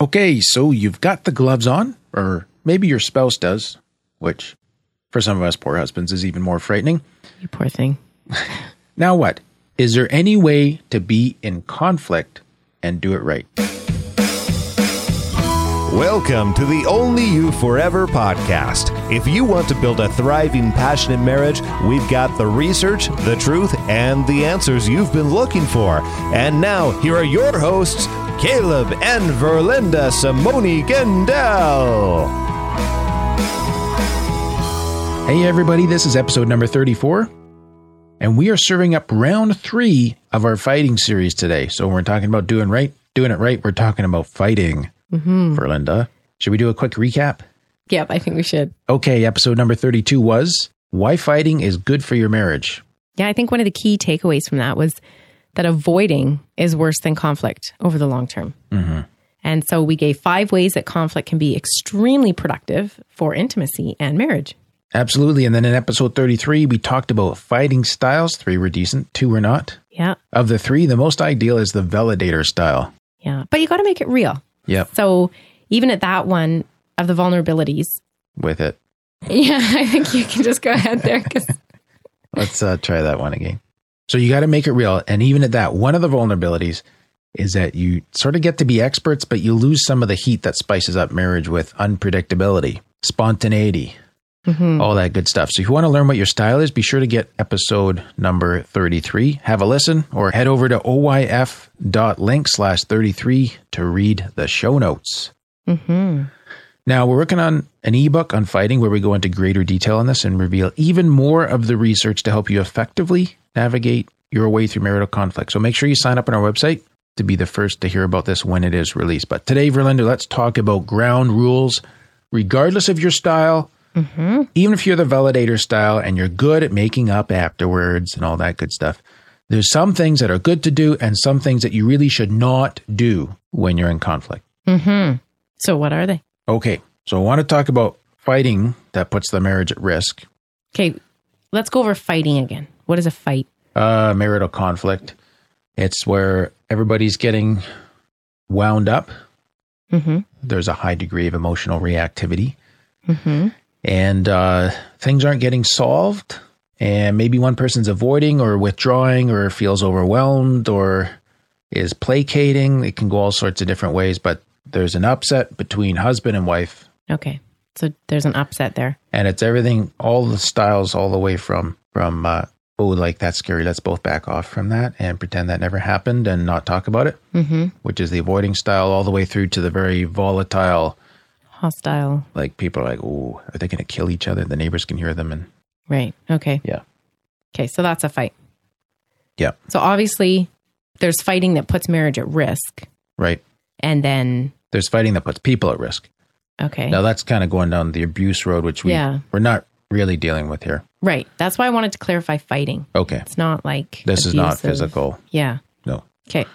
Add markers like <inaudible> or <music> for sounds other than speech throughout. Okay, so you've got the gloves on, or maybe your spouse does, which for some of us poor husbands is even more frightening. You poor thing. Now what? Is there any way to be in conflict and do it right? Welcome to the Only You Forever podcast. If you want to build a thriving, passionate marriage, we've got the research, the truth, and the answers you've been looking for. And now, here are your hosts, Caleb and Verlinda Simone Gendel. Hey everybody, this is episode number 34, and we are serving up round 3 of our fighting series today. So we're talking about doing right, doing it right. We're talking about fighting. Mm-hmm. Verlinda, should we do a quick recap? Yep, I think we should. Okay, episode number 32 was why fighting is good for your marriage. Yeah, I think one of the key takeaways from that was that avoiding is worse than conflict over the long term. And so we gave five ways that conflict can be extremely productive for intimacy and marriage. Absolutely. And then in episode 33, we talked about fighting styles. Three were decent, two were not. Yeah, Of the three, the most ideal is the validator style. yeah. But you got to make it real. Yep, So even at that one of the vulnerabilities, with it. <laughs> yeah, I think you can just go ahead there <laughs> because Let's uh, try that one again. So you got to make it real. And even at that, one of the vulnerabilities is that you sort of get to be experts, but you lose some of the heat that spices up marriage with unpredictability, spontaneity, all that good stuff. So if you want to learn what your style is, be sure to get episode number 33. Have a listen or head over to oyf.link slash 33 to read the show notes. Mm-hmm, Now, we're working on an ebook on fighting where we go into greater detail on this and reveal even more of the research to help you effectively navigate your way through marital conflict. So make sure you sign up on our website to be the first to hear about this when it is released. But today, Verlinda, let's talk about ground rules, regardless of your style. Even if you're the validator style and you're good at making up afterwards and all that good stuff, there's some things that are good to do and some things that you really should not do when you're in conflict. mm-hmm. so what are they? Okay, so I want to talk about fighting that puts the marriage at risk, Okay, let's go over fighting again. What is a fight? uh, marital conflict. It's where everybody's getting wound up. Mm-hmm. There's a high degree of emotional reactivity, mm-hmm. and uh, things aren't getting solved. And maybe one person's avoiding or withdrawing or feels overwhelmed or is placating. It can go all sorts of different ways, but there's an upset between husband and wife Okay, so there's an upset there. and it's everything all the styles all the way from from uh oh like that's scary let's both back off from that and pretend that never happened and not talk about it Mm-hmm. which is the avoiding style all the way through to the very volatile Hostile. like people are like oh are they going to kill each other the neighbors can hear them and Right. Okay. yeah Okay. So that's a fight. yeah So obviously, there's fighting that puts marriage at risk, right and then there's fighting that puts people at risk okay, now that's kind of going down the abuse road which we Yeah. we're not really dealing with here right. That's why I wanted to clarify fighting. okay It's not like this is not abusive. physical Yeah. no Okay.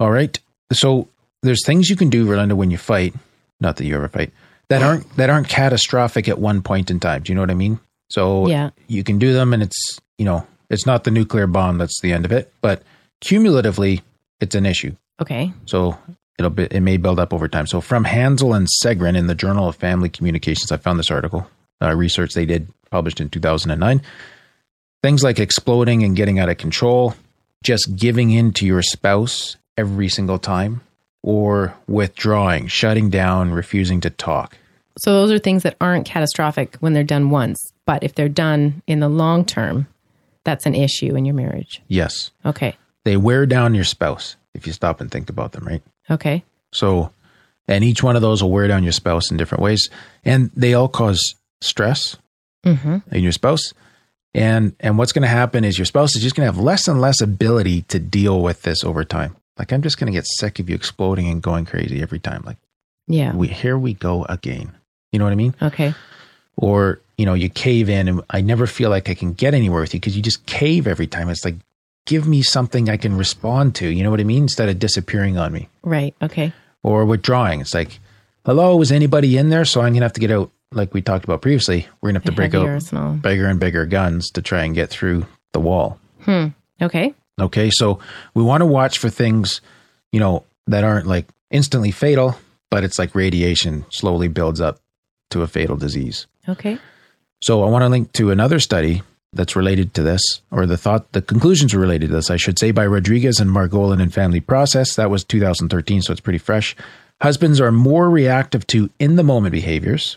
All right. So there's things you can do, Rolando, when you fight. Not that you ever fight. That aren't that aren't catastrophic at one point in time. Do you know what I mean? So Yeah. you can do them, and it's you know it's not the nuclear bomb that's the end of it, but cumulatively, it's an issue. Okay. So it'll be, it may build up over time. So from Hansel and Segrin in the Journal of Family Communications, I found this article uh, research they did published in 2009. Things like exploding and getting out of control, just giving in to your spouse every single time, or withdrawing, shutting down, refusing to talk. So those are things that aren't catastrophic when they're done once, but if they're done in the long term, that's an issue in your marriage. Yes, Okay. they wear down your spouse if you stop and think about them, right? Okay. So, and each one of those will wear down your spouse in different ways, and they all cause stress, Mm-hmm. and your spouse. And and what's going to happen is your spouse is just going to have less and less ability to deal with this over time. Like I'm just going to get sick of you exploding and going crazy every time. Like Yeah. we here we go again. You know what I mean? Okay. Or you know you cave in and I never feel like I can get anywhere with you because you just cave every time. It's like give me something I can respond to. You know what I mean? Instead of disappearing on me Right. Okay. or withdrawing. It's like hello, is anybody in there? So I'm going to have to get out. Like we talked about previously, we're going to have to break Heavy out arsenal. bigger and bigger guns to try and get through the wall. Hmm. Okay. Okay, so we want to watch for things, you know, that aren't like instantly fatal, but it's like radiation slowly builds up to a fatal disease. Okay. So I want to link to another study that's related to this, or the thought, the conclusions related to this, I should say, by Rodriguez and Margolin and Family Process. That was 2013, so it's pretty fresh. Husbands are more reactive to in the moment behaviors.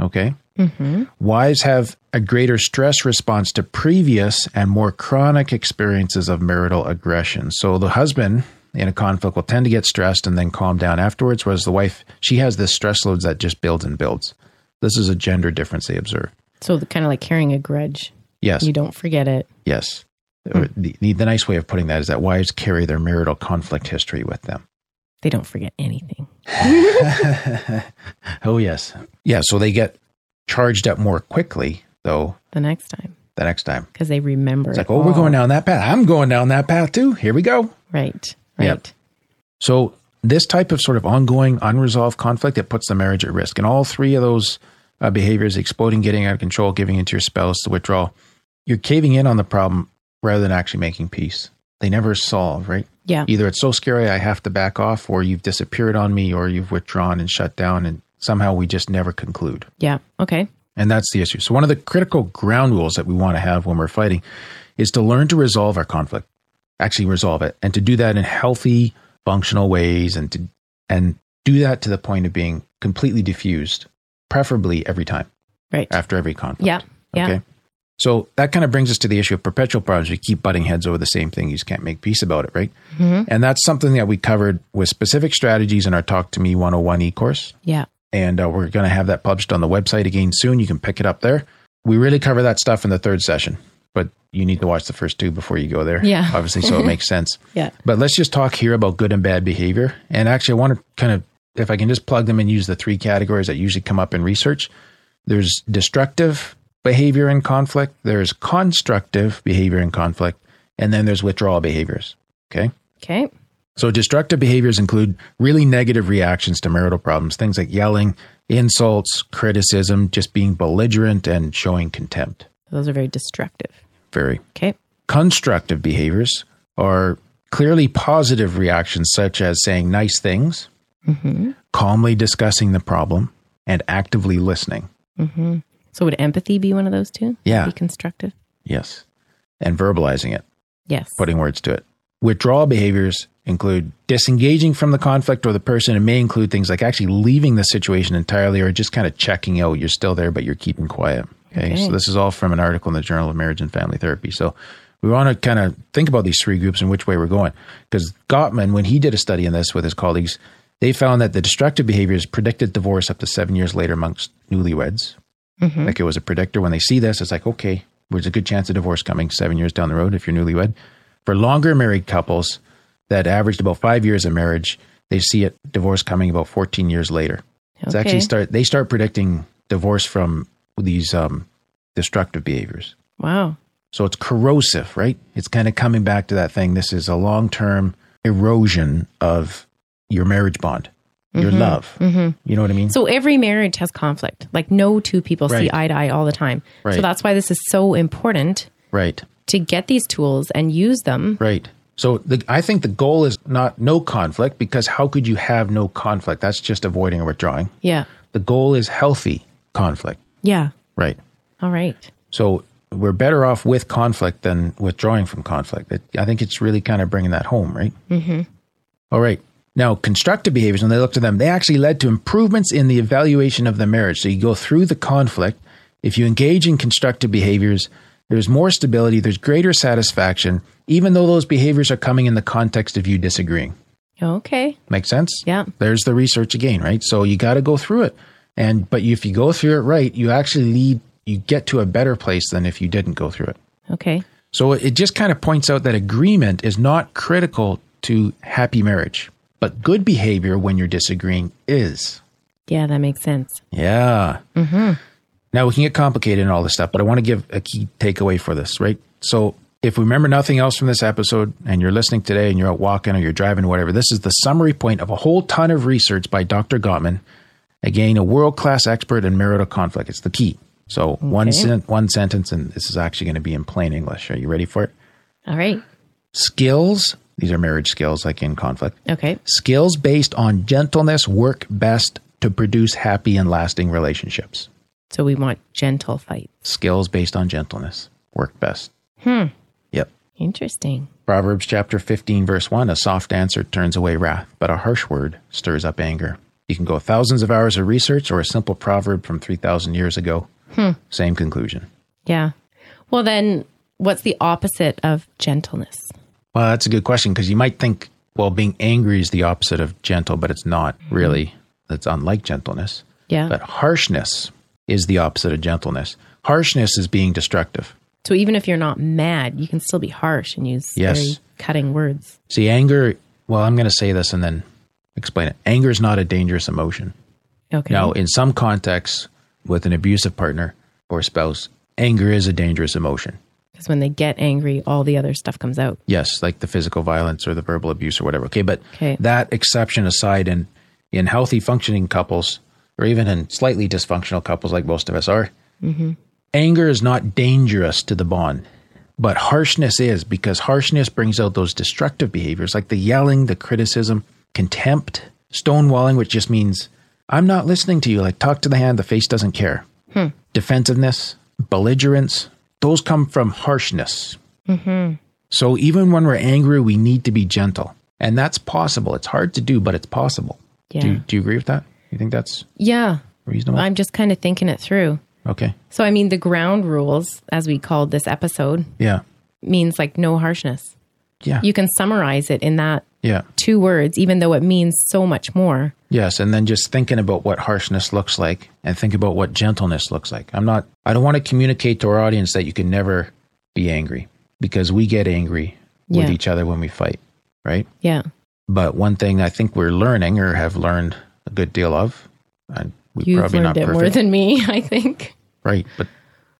Okay. Mm-hmm. Wives have a greater stress response to previous and more chronic experiences of marital aggression. So the husband in a conflict will tend to get stressed and then calm down afterwards, whereas the wife, she has this stress loads that just builds and builds. This is a gender difference they observe. So the, kind of like carrying a grudge. Yes. You don't forget it. Yes. Or The, the, the nice way of putting that is that wives carry their marital conflict history with them. They don't forget anything. oh, yes. Yeah. So they get charged up more quickly, though, The next time the next time. because they remember. It's like, oh, we're going down that path. I'm going down that path too. Here we go. Right. Right. Yep. So, this type of sort of ongoing, unresolved conflict, it puts the marriage at risk. And all three of those uh, behaviors exploding, getting out of control, giving into your spouse, the withdrawal you're caving in on the problem rather than actually making peace. They never solve, right? Yeah. Either it's so scary I have to back off, or you've disappeared on me, or you've withdrawn and shut down. And somehow we just never conclude. Yeah. Okay. And that's the issue. So, one of the critical ground rules that we want to have when we're fighting is to learn to resolve our conflict, actually resolve it, and to do that in healthy, functional ways, and to and do that to the point of being completely diffused, preferably every time Right. after every conflict. Yeah. Yeah. Ah. Okay. So that kind of brings us to the issue of perpetual problems. We keep butting heads over the same thing. You just can't make peace about it, right? Mhm. And that's something that we covered with specific strategies in our Talk to Me 101 e course Yeah. and uh, we're going to have that published on the website again soon. You can pick it up there. We really cover that stuff in the third session, but you need to watch the first two before you go there. Yeah. <laughs> Obviously, so it makes sense. Yeah. But let's just talk here about good and bad behavior. And actually, I want to kind of, if I can just plug them and use the three categories that usually come up in research there's destructive behavior in conflict, there's constructive behavior in conflict, and then there's withdrawal behaviors. Okay. Okay. So, destructive behaviors include really negative reactions to marital problems, things like yelling, insults, criticism, just being belligerent, and showing contempt. Those are very destructive. Very Okay. constructive behaviors are clearly positive reactions, such as saying nice things, Mm-hmm. calmly discussing the problem, and actively listening. Mm-hmm. So would empathy be one of those two? Yeah. Be constructive. Yes. And verbalizing it. Yes. putting words to it. Withdrawal behaviors include disengaging from the conflict or the person. It may include things like actually leaving the situation entirely or just kind of checking out. You're still there, but you're keeping quiet. Okay. Okay. So, this is all from an article in the Journal of Marriage and Family Therapy. So, we want to kind of think about these three groups and which way we're going. Because Gottman, when he did a study in this with his colleagues, they found that the destructive behaviors predicted divorce up to seven years later amongst newlyweds. Mm-hmm. Like it was a predictor. When they see this, it's like, okay, there's a good chance of divorce coming seven years down the road if you're newlywed. For longer married couples that averaged about five years of marriage, they see it divorce coming about 14 years later. It's okay. actually start they start predicting divorce from these um, destructive behaviors. wow. So it's corrosive, right? It's kind of coming back to that thing. This is a long term erosion of your marriage bond, your love. Mm-hmm. You know what I mean? So every marriage has conflict. Like no two people see Right. eye to eye all the time. Right. So that's why this is so important right. to get these tools and use them. Right. So the, I think the goal is not no conflict because how could you have no conflict? That's just avoiding or withdrawing. Yeah. The goal is healthy conflict. Yeah. Right. All right. So we're better off with conflict than withdrawing from conflict. It, I think it's really kind of bringing that home, right? Mm-hmm. right. Now, constructive behaviors, when they looked at them, they actually led to improvements in the evaluation of the marriage. So you go through the conflict. If you engage in constructive behaviors, there's more stability, there's greater satisfaction, even though those behaviors are coming in the context of you disagreeing. Okay. Make sense? Yeah. There's the research again, right? So you got to go through it. And, but if you go through it right, you actually lead, you get to a better place than if you didn't go through it. Okay. So it just kind of points out that agreement is not critical to happy marriage, but good behavior when you're disagreeing is. Yeah, that makes sense. Yeah. Mm-hmm. Now we can get complicated and all this stuff, but I want to give a key takeaway for this, right? So if we remember nothing else from this episode and you're listening today and you're out walking or you're driving, whatever, this is the summary point of a whole ton of research by Dr. Gottman. Again, a world class expert in marital conflict. It's the key. So one, Okay. sen- one sentence, and this is actually going to be in plain English. Are you ready for it? All right. Skills These are marriage skills, like in conflict. Okay. Skills based on gentleness work best to produce happy and lasting relationships. So we want gentle fights. Skills based on gentleness work best. Hmm. Yep. Interesting. Proverbs chapter 15, verse 1 A soft answer turns away wrath, but a harsh word stirs up anger. You can go thousands of hours of research or a simple proverb from 3,000 years ago. Same conclusion. Yeah. Well, then what's the opposite of gentleness? Well, that's a good question because you might think, well, being angry is the opposite of gentle, but it's not really. That's unlike gentleness. Yeah. But harshness is the opposite of gentleness. Harshness is being destructive. so even if you're not mad, you can still be harsh and use Yes. very cutting words. See, anger, well, I'm going to say this and then explain it. Anger is not a dangerous emotion. Okay. Now, in some contexts, with an abusive partner or spouse, anger is a dangerous emotion. Because when they get angry, all the other stuff comes out. Yes, like the physical violence or the verbal abuse or whatever. Okay, but Okay. that exception aside, in in healthy functioning couples, or even in slightly dysfunctional couples like most of us are, anger is not dangerous to the bond, but harshness is because harshness brings out those destructive behaviors like the yelling, the criticism, contempt, stonewalling, which just means I'm not listening to you. Like talk to the hand, the face doesn't care. Defensiveness, belligerence, those come from harshness. So even when we're angry, we need to be gentle. And that's possible. It's hard to do, but it's possible. Yeah. Do, you, do you agree with that? You think that's Yeah. reasonable? I'm just kind of thinking it through. okay. So, I mean, the ground rules, as we called this episode, Yeah. means like no harshness. Yeah. You can summarize it in that yeah. two words, even though it means so much more. Yes. And then just thinking about what harshness looks like and think about what gentleness looks like. I'm not, I don't want to communicate to our audience that you can never be angry because we get angry with Yeah. each other when we fight, right? Yeah. But one thing I think we're learning or have learned a good deal of, and we You've probably not learned it perfect, more than me, <laughs> I think. Right. But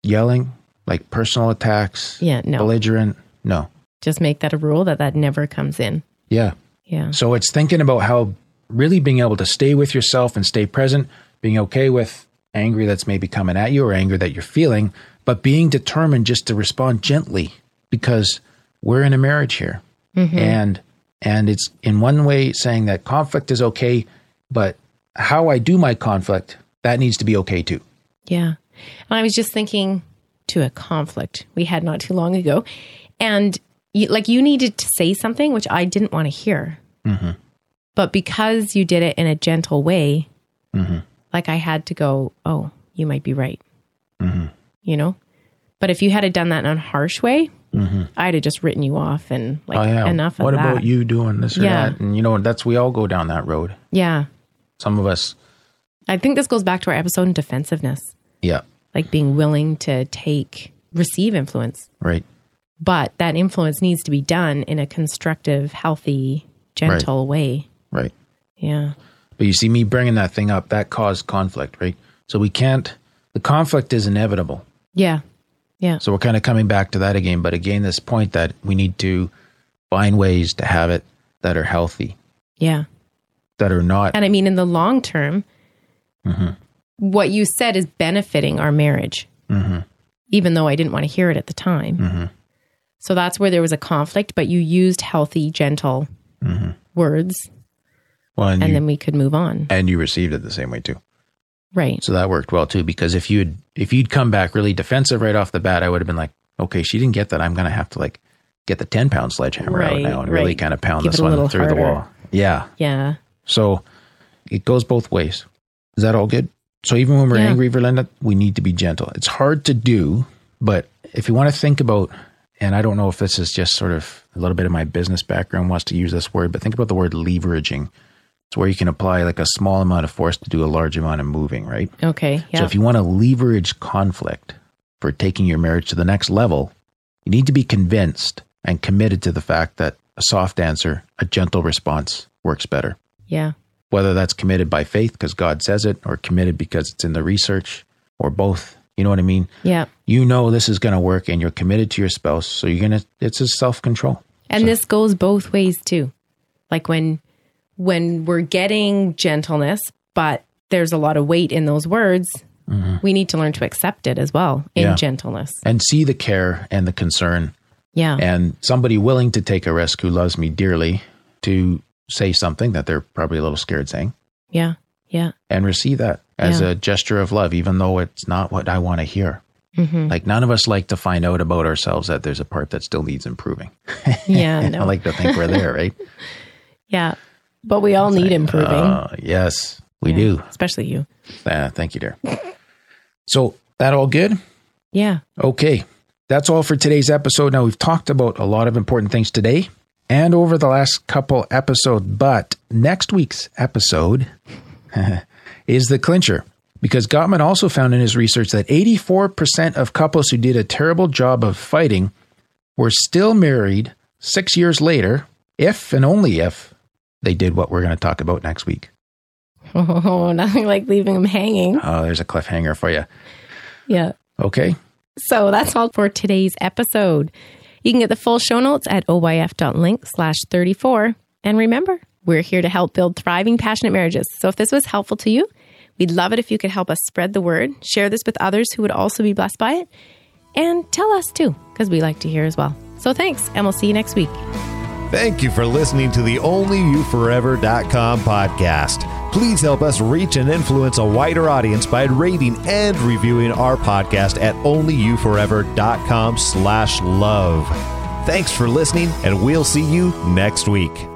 yelling, like personal attacks, Yeah, no. belligerent, no. Just make that a rule that that never comes in. Yeah. Yeah. So it's thinking about how really being able to stay with yourself and stay present, being okay with anger that's maybe coming at you or anger that you're feeling, but being determined just to respond gently because we're in a marriage here. Mm-hmm. And and it's in one way saying that conflict is okay, but how I do my conflict, that needs to be okay too. Yeah. And I was just thinking to a conflict we had not too long ago. And you, like you needed to say something, which I didn't want to hear. Mm-hmm. But because you did it in a gentle way, Mm-hmm. like I had to go, oh, you might be right. Mm-hmm. You know? But if you had done that in a harsh way, I'd have just written you off and like enough Mm-hmm. Oh, what of that. about you doing this or Yeah. that? And you know, that's we all go down that road. Yeah. Some of us, I think this goes back to our episode on defensiveness, yeah, like being willing to take, receive influence. right. but that influence needs to be done in a constructive, healthy, gentle way. Right. Yeah. But you see, me bringing that thing up, that caused conflict, right? So we can't, the conflict is inevitable. Yeah. Yeah. So we're kind of coming back to that again. But again, this point that we need to find ways to have it that are healthy, Yeah. that are not, And I mean, in the long term, Mm-hmm. what you said is benefiting our marriage, Mm-hmm. even though I didn't want to hear it at the time. So that's where there was a conflict, but you used healthy, gentle words, well, Mm-hmm. and, and you, then we could move on. and you received it the same way too. Right. So that worked well too, because if you'd, if you'd come back really defensive right off the bat, I would have been like, okay, she didn't get that. I'm going to have to like get the 10 pound sledgehammer out Right, now and really right. kind of pound Give this it a one little through the harder. wall. Yeah. Yeah. So it goes both ways. Is that all good? So even when we're Yeah. angry, Verlinda, we need to be gentle. It's hard to do, but if you want to think about, and I don't know if this is just sort of a little bit of my business background wants to use this word, but think about the word leveraging. It's where you can apply like a small amount of force to do a large amount of moving, right? Okay. Yeah. So if you want to leverage conflict for taking your marriage to the next level, you need to be convinced and committed to the fact that a soft answer, a gentle response works better yeah. whether that's committed by faith because God says it or committed because it's in the research or both. You know what I mean? Yeah. You know this is going to work and you're committed to your spouse. So you're going to, it's a self control. And this goes both ways too. Like when when we're getting gentleness, but there's a lot of weight in those words, we need to learn to accept it as well in Mm-hmm. Yeah. gentleness. And see the care and the concern Yeah. and somebody willing to take a risk who loves me dearly to say something that they're probably a little scared saying Yeah. Yeah. and receive that as Yeah. a gesture of love, even though it's not what I want to hear. hmm Like, none of us like to find out about ourselves that there's a part that still needs improving. Yeah. <laughs> No. I like to think we're there, right? yeah. But we all need <laughs> improving. Uh, yes, we Yeah. do. Especially you. Uh, thank you, dear. so, that all good? Yeah. <laughs> Okay. That's all for today's episode. Now, we've talked about a lot of important things today and over the last couple episodes, but next week's episode <laughs> is the clincher because Gottman also found in his research that 84% of couples who did a terrible job of fighting were still married six years later, if and only if they did what we're going to talk about next week. Oh, nothing like leaving them hanging. Oh, there's a cliffhanger for you. Yeah. Okay. So that's all for today's episode. You can get the full show notes at oyf.link slash 34. And remember, we're here to help build thriving, passionate marriages. So if this was helpful to you, we'd love it if you could help us spread the word, share this with others who would also be blessed by it, and tell us too, because we like to hear as well. So thanks, and we'll see you next week. Thank you for listening to the OnlyYouForever.com podcast. Please help us reach and influence a wider audience by rating and reviewing our podcast at OnlyYouForever.com slash love. Thanks for listening, and we'll see you next week.